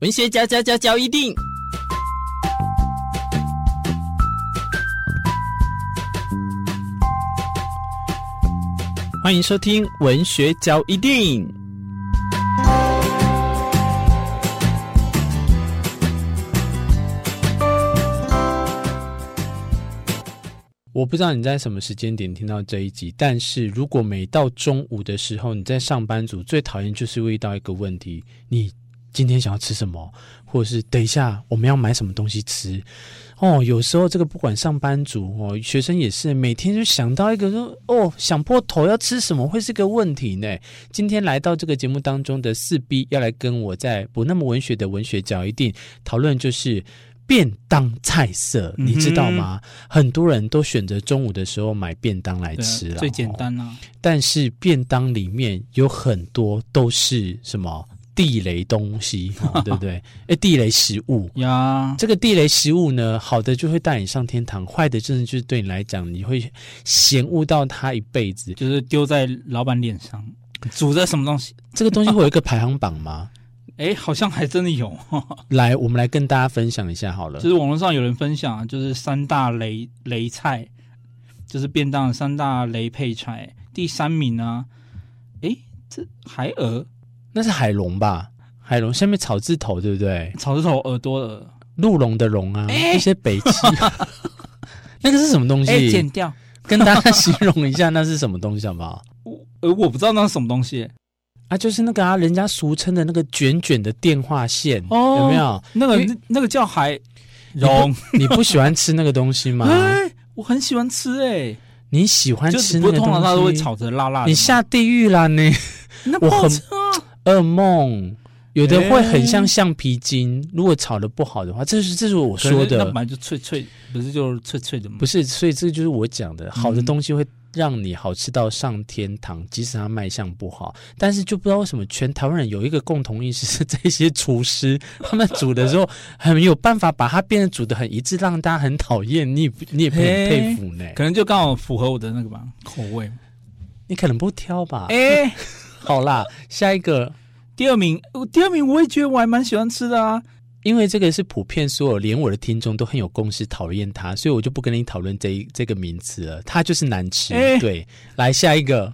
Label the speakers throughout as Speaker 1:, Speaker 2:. Speaker 1: 文学嚼嚼嚼嚼一定。欢迎收听《文学嚼一定》。我不知道你在什么时间点听到这一集，但是如果每到中午的时候，你在上班族最讨厌就是遇到一个问题：你今天想要吃什么，或者是等一下我们要买什么东西吃。哦，有时候这个不管上班族哦，学生也是，每天就想到一个说哦，想破头要吃什么会是个问题呢。今天来到这个节目当中的四 B 要来跟我在不那么文学的文学角一定讨论，就是便当菜色，你知道吗？很多人都选择中午的时候买便当来
Speaker 2: 对啊
Speaker 1: 吃了，
Speaker 2: 最简
Speaker 1: 哦
Speaker 2: 单啊啦。
Speaker 1: 但是便当里面有很多都是什么地雷东西，哦 对不对？哎，地雷食物。
Speaker 2: 呀，
Speaker 1: 这个地雷食物呢，好的就会带你上天堂，坏的真的就是对你来讲，你会嫌恶到他一辈子。
Speaker 2: 就是丢在老板脸上，煮的什么东西？
Speaker 1: 这个东西会有一个排行榜 吗？
Speaker 2: 哎，好像还真 的有，
Speaker 1: 来，我们来跟大家分享一下好了
Speaker 2: 就。是网络上有人分享啊，就是三大雷雷菜，就是便当的三大雷配菜，第三名呢，哎，这海鹅，
Speaker 1: 那是海龙吧？海龙下面草字头，对不对？
Speaker 2: 草字头耳朵的耳，
Speaker 1: 鹿茸的茸啊，
Speaker 2: 哎
Speaker 1: 一些北齐。 那个是什么东
Speaker 2: 哎，
Speaker 1: 西
Speaker 2: 剪？掉。
Speaker 1: 跟大家形容一下，那是什么东西好不好？
Speaker 2: 我呃，我不知道那是什么东西，
Speaker 1: 啊，就是那个啊，人家俗称的那个卷卷的电话线，
Speaker 2: 哦
Speaker 1: 有没有？
Speaker 2: 那个
Speaker 1: 因为
Speaker 2: 那那个叫海茸，
Speaker 1: 你不喜欢吃那个东西 吗？
Speaker 2: 哎，我很喜欢吃哎，
Speaker 1: 你喜欢
Speaker 2: 就
Speaker 1: 吃
Speaker 2: 是
Speaker 1: 那
Speaker 2: 不
Speaker 1: 个
Speaker 2: 是
Speaker 1: 东
Speaker 2: 通
Speaker 1: 西？
Speaker 2: 常它都会炒着辣辣的吗，
Speaker 1: 你下地狱啦你！
Speaker 2: 那不
Speaker 1: 我
Speaker 2: 好
Speaker 1: 很
Speaker 2: 吃啊，
Speaker 1: 噩梦，有的会很像
Speaker 2: 哎
Speaker 1: 橡皮筋，如果炒的不好的话，这是这是我说
Speaker 2: 可是
Speaker 1: 的
Speaker 2: 那本，来就脆脆，不是就是脆脆的吗？
Speaker 1: 不是，所以这就是我讲的，好的
Speaker 2: 嗯
Speaker 1: 东西会让你好吃到上天堂，即使它卖相不好，但是就不知道为什么全台湾人有一个共同意识是， 这些厨师他们煮的时候很有办法把它变得煮的很一致，让大家很讨厌，你也不你也不很
Speaker 2: 嘿
Speaker 1: 佩服呢，
Speaker 2: 可能就刚好符合我的那个吧口味。
Speaker 1: 你可能不挑吧？
Speaker 2: 哎、
Speaker 1: 好啦，下一个。
Speaker 2: 第二名，呃第二名我也觉得我还蛮喜欢吃的啊。
Speaker 1: 因为这个是普遍所有连我的听众都很有共识讨厌它，所以我就不跟你讨论这一这个名词了。它就是难吃。
Speaker 2: 哎
Speaker 1: 对，来下一个，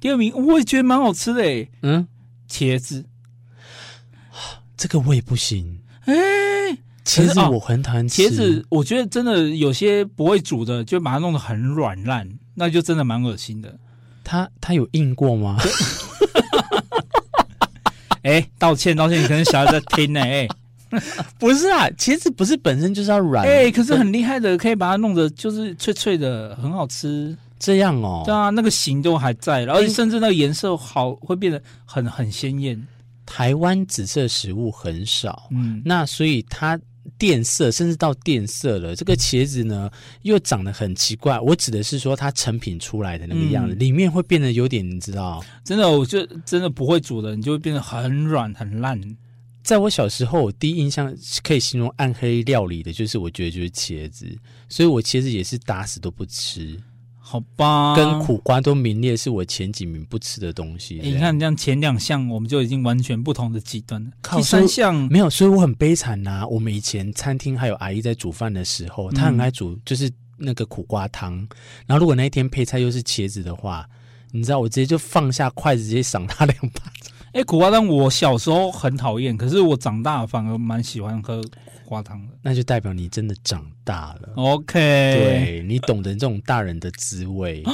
Speaker 2: 第二名我也觉得蛮好吃的诶，
Speaker 1: 嗯，
Speaker 2: 茄子。
Speaker 1: 这个我也不行。
Speaker 2: 哎、
Speaker 1: 茄
Speaker 2: 可
Speaker 1: 子
Speaker 2: 是哦
Speaker 1: 我很讨厌吃，
Speaker 2: 茄子我觉得真的有些不会煮的，就把它弄得很软烂，那就真的蛮恶心的。
Speaker 1: 它它有硬过吗？
Speaker 2: 哎、道歉道歉，你可能小孩在听呢、哎 诶
Speaker 1: 不是啊，茄子不是本身就是要软
Speaker 2: 哎、可是很厉害的，可以把它弄得就是脆脆的，很好吃。
Speaker 1: 这样哦哎
Speaker 2: 对。啊，那个形都还在，而且甚至那个颜色好会变得很很鲜艳。
Speaker 1: 台湾紫色食物很少，
Speaker 2: 嗯，
Speaker 1: 那所以它变色，甚至到变色了。这个茄子呢，又长得很奇怪。我指的是说它成品出来的那个样子，
Speaker 2: 嗯
Speaker 1: 里面会变得有点，你知道。
Speaker 2: 真的，我就真的不会煮的，你就会变得很软很烂。
Speaker 1: 在我小时候，我第一印象可以形容暗黑料理的，就是我觉得就是茄子，所以我茄子也是打死都不吃，
Speaker 2: 好吧，
Speaker 1: 跟苦瓜都名列是我前几名不吃的东西。这
Speaker 2: 诶、你
Speaker 1: 样
Speaker 2: 看，这样前两项我们就已经完全不同的极端了。
Speaker 1: 靠
Speaker 2: 第三项，
Speaker 1: 没有，所以我很悲惨呐、我们以前餐厅还有阿姨在煮饭的时候，她很
Speaker 2: 嗯
Speaker 1: 爱煮就是那个苦瓜汤，然后如果那一天配菜又是茄子的话。你知道，我直接就放下筷子，直接赏她两巴掌。
Speaker 2: 哎、苦瓜汤我小时候很讨厌，可是我长大反而蛮喜欢喝苦瓜汤的。
Speaker 1: 那就代表你真的长大了，
Speaker 2: OK，，
Speaker 1: 对你懂得这种大人的滋味。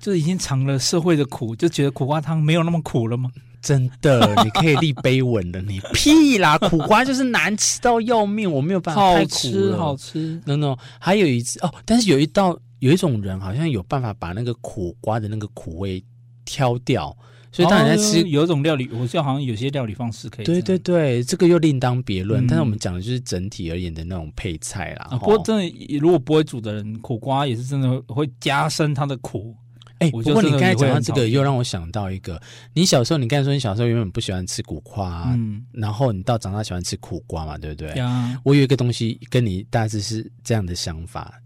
Speaker 2: 就已经尝了社会的苦，就觉得苦瓜汤没有那么苦了吗？
Speaker 1: 真的，你可以立碑文了，你屁啦！苦瓜就是难吃到要命，我没有办法，
Speaker 2: 好
Speaker 1: 太苦
Speaker 2: 吃，
Speaker 1: 了。
Speaker 2: 好吃。
Speaker 1: no no，还有一次哦，但是有一道有一种人好像有办法把那个苦瓜的那个苦味挑掉，所以当你在吃，
Speaker 2: 哦有有一种料理，我记得好像有些料理方式可以这
Speaker 1: 对
Speaker 2: 样。
Speaker 1: 对对，这个又另当别论。
Speaker 2: 嗯
Speaker 1: 但是我们讲的就是整体而言的那种配菜啦。
Speaker 2: 啊，
Speaker 1: 齁
Speaker 2: 不过真的，如果不会煮的人，苦瓜也是真的会加深它的苦。
Speaker 1: 哎、
Speaker 2: 我
Speaker 1: 不
Speaker 2: 就
Speaker 1: 过你
Speaker 2: 真的
Speaker 1: 刚才
Speaker 2: 会
Speaker 1: 讲到
Speaker 2: 很
Speaker 1: 这
Speaker 2: 讨
Speaker 1: 个，
Speaker 2: 厌
Speaker 1: 又让我想到一个，你小时候，你刚才说你小时候原本不喜欢吃苦瓜、
Speaker 2: 嗯，
Speaker 1: 然后你到长大喜欢吃苦瓜嘛，对不对？
Speaker 2: 呀，
Speaker 1: 我有一个东西跟你大致是这样的想法，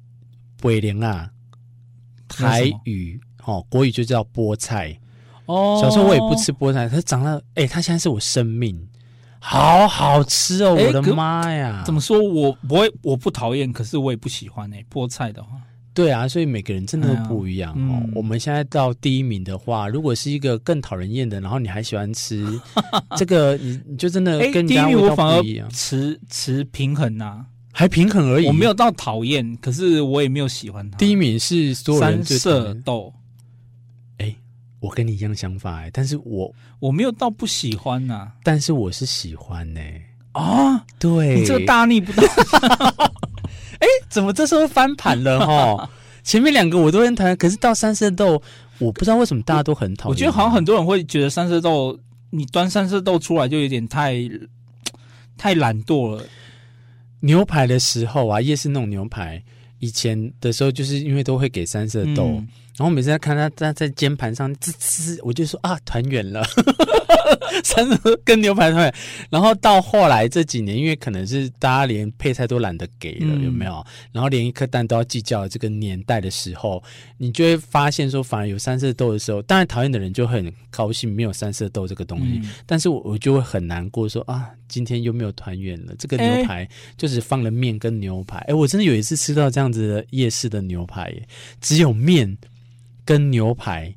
Speaker 1: 北莲啊，
Speaker 2: 那是
Speaker 1: 台
Speaker 2: 什么
Speaker 1: 语哦，国语就叫菠菜。
Speaker 2: 哦
Speaker 1: 小时候我也不，吃菠菜，它长大，哎、它现在是我生命。好好吃哦！
Speaker 2: 哎
Speaker 1: 我的
Speaker 2: 可
Speaker 1: 妈呀！
Speaker 2: 怎么说我不会，我不讨厌，可是我也不喜欢哎、菠菜的话，
Speaker 1: 对啊，所以每个人真的都不一样哦
Speaker 2: 哎呀。嗯
Speaker 1: 我们现在到第一名的话，如果是一个更讨人厌的，然后你还喜欢 吃这个，你你就真的
Speaker 2: 哎、
Speaker 1: 呃跟人
Speaker 2: 第一
Speaker 1: 家
Speaker 2: 名
Speaker 1: 味
Speaker 2: 我
Speaker 1: 道
Speaker 2: 反而
Speaker 1: 不一样，
Speaker 2: 持持平衡呐、
Speaker 1: 还平衡而已。
Speaker 2: 我没有到讨厌，可是我也没有喜欢它。
Speaker 1: 第一名是所有人
Speaker 2: 三
Speaker 1: 最讨
Speaker 2: 色
Speaker 1: 厌
Speaker 2: 豆，
Speaker 1: 我跟你一样想法哎，但是我
Speaker 2: 我没有到不喜欢啊呐
Speaker 1: 但是我是喜欢哎呢。
Speaker 2: 啊、
Speaker 1: 哦对，
Speaker 2: 你这个大逆不道，
Speaker 1: 怎么这时候翻盘 了哈？前面两个我都很讨厌，可是到三色豆，我不知道为什么大家都很讨厌。
Speaker 2: 我觉得好像很多人会觉得三色豆，你端三色豆出来就有点太太懒惰了。
Speaker 1: 牛排的时候啊，夜市那种牛排，以前的时候就是因为都会给三色豆，
Speaker 2: 嗯
Speaker 1: 然后每次在看他他在煎盘上滋滋，我就说啊团圆了， 三色豆跟牛排团圆。然后到后来这几年，因为可能是大家连配菜都懒得给了，
Speaker 2: 嗯
Speaker 1: 有没有？然后连一颗蛋都要计较这个年代的时候，你就会发现说，反而有三色豆的时候，当然讨厌的人就很高兴没有三色豆这个东西，
Speaker 2: 嗯
Speaker 1: 但是我我就会很难过说，啊，今天又没有团圆了。这个
Speaker 2: 哎
Speaker 1: 牛排就只放了面跟牛排。哎、我真的有一次吃到这样子的夜市的牛排耶，只有面跟牛排。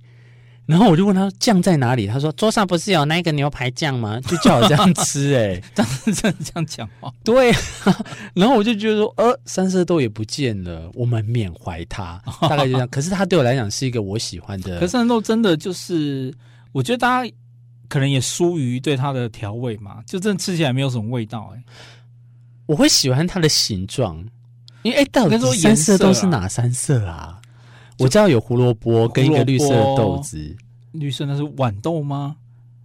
Speaker 1: 然后我就问他酱在哪里，他说桌上不是有那个牛排酱吗？就叫我这样吃哎、
Speaker 2: 真的这样讲话，
Speaker 1: 对、啊，然后我就觉得说，呃，三色豆也不见了，我们缅怀它，大概就这样。可是它对我来讲是一个我喜欢的，
Speaker 2: 可是三色豆真的就是，我觉得大家可能也疏于对它的调味嘛，就真的吃起来没有什么味道、哎，
Speaker 1: 我会喜欢它的形状，因为哎，到底
Speaker 2: 应该说
Speaker 1: 三
Speaker 2: 颜色
Speaker 1: 色
Speaker 2: 啊
Speaker 1: 豆是哪三色啊？我知道有胡萝卜跟一个绿色的豆子，
Speaker 2: 绿色那是豌豆吗？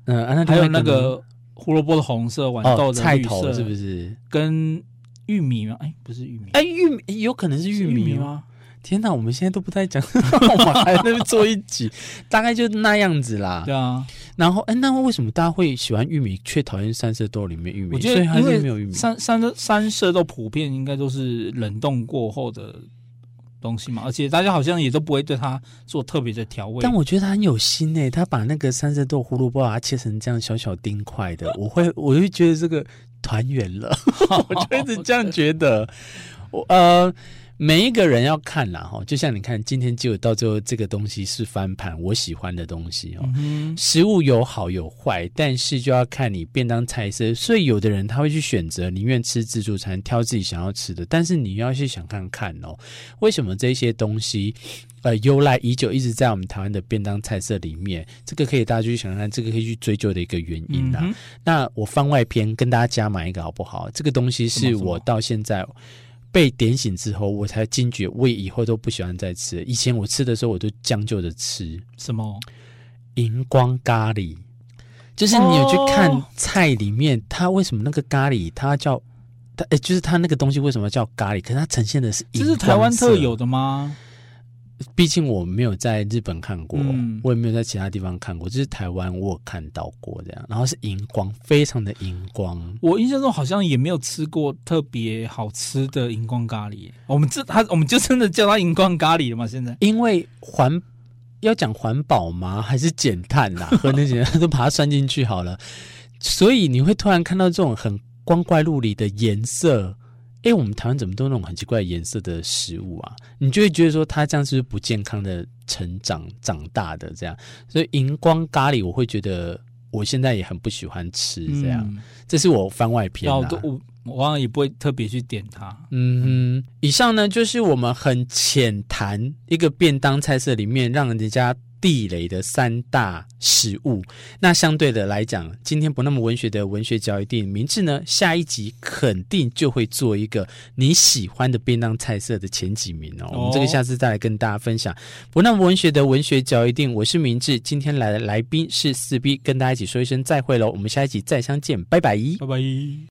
Speaker 1: 嗯、啊那另
Speaker 2: 还
Speaker 1: 外
Speaker 2: 有
Speaker 1: 一
Speaker 2: 那
Speaker 1: 呢
Speaker 2: 个胡萝卜的红色，豌豆
Speaker 1: 哦、
Speaker 2: 的
Speaker 1: 菜
Speaker 2: 绿色，
Speaker 1: 头是不是？
Speaker 2: 跟玉米吗？哎、不是玉米，
Speaker 1: 哎，玉米有可能是
Speaker 2: 是
Speaker 1: 玉米吗？
Speaker 2: 吗？
Speaker 1: 天哪，我们现在都不太讲， 我们还在那边做一集， 大概就那样子啦。
Speaker 2: 对啊，
Speaker 1: 然后，哎，那为什么大家会喜欢玉米，却讨厌三色豆里面玉米？
Speaker 2: 我觉得
Speaker 1: 所以还
Speaker 2: 因
Speaker 1: 是
Speaker 2: 为
Speaker 1: 没有玉米。
Speaker 2: 三三色三色豆普遍应该都是冷冻过后的东西嘛，而且大家好像也都不会对它做特别的调味。
Speaker 1: 但我觉得他很有心诶、他把那个三色豆、胡萝卜把啊它切成这样小小丁块的，我会我就觉得这个团圆了， 我就一直这样觉得。我呃，每一个人要看啦哈，就像你看，今天只有到最后这个东西是翻盘，我喜欢的东西哦。
Speaker 2: 嗯哼，
Speaker 1: 食物有好有坏，但是就要看你便当菜色。所以有的人他会去选择宁愿吃自助餐，挑自己想要吃的。但是你要去想看看哦，为什么这些东西，呃，由来已久，一直在我们台湾的便当菜色里面？这个可以大家去想看，这个可以去追究的一啊个原因
Speaker 2: 嗯
Speaker 1: 啦、
Speaker 2: 哼，
Speaker 1: 那我番外篇跟大家加码一个好不好？这个东西
Speaker 2: 什
Speaker 1: 是
Speaker 2: 么什么
Speaker 1: 我到现在被点醒之后，我才惊觉，我以后都不喜欢再吃了。以前我吃的时候，我都将就着吃。
Speaker 2: 什么？
Speaker 1: 荧光咖喱，就是你有去看
Speaker 2: 哦
Speaker 1: 菜里面，它为什么那个咖喱它叫它，哎、就是它那个东西为什么叫咖喱？可是它呈现的是
Speaker 2: 这
Speaker 1: 荧
Speaker 2: 是
Speaker 1: 光
Speaker 2: 台湾
Speaker 1: 色
Speaker 2: 特有，的吗？
Speaker 1: 毕竟我没有在日本看过，
Speaker 2: 嗯
Speaker 1: 我也没有在其他地方看过，就是台湾我有看到过这样，然后是荧光，非常的荧光。
Speaker 2: 我印象中好像也没有吃过特别好吃的荧光咖喱耶。我们这它我们就真的叫它荧光咖喱了嘛？现在
Speaker 1: 因为环要讲环保吗？还是减碳啦、 和那些都把它算进去好了。所以你会突然看到这种很光怪陆离的颜色。哎，我们台湾怎么都有那种很奇怪的颜色的食物啊？你就会觉得说它这样是不是不健康的成长长大的这样？所以荧光咖喱，我会觉得我现在也很不喜欢吃这样。
Speaker 2: 嗯
Speaker 1: 这是我番外篇
Speaker 2: 对啊，
Speaker 1: 啦、
Speaker 2: 我都我我好像也不会特别去点它。
Speaker 1: 嗯哼，以上呢就是我们很浅谈一个便当菜色里面让人家地雷的三大食物。那相对的来讲，今天不那么文学的文学角一定明智呢，下一集肯定就会做一个你喜欢的便当菜色的前几名哦。
Speaker 2: 哦
Speaker 1: 我们这个下次再来跟大家分享。不那么文学的文学角一定，我是明智，今天来的来宾是四 B，跟大家一起说一声再会喽，我们下一集再相见，拜拜。
Speaker 2: 拜拜。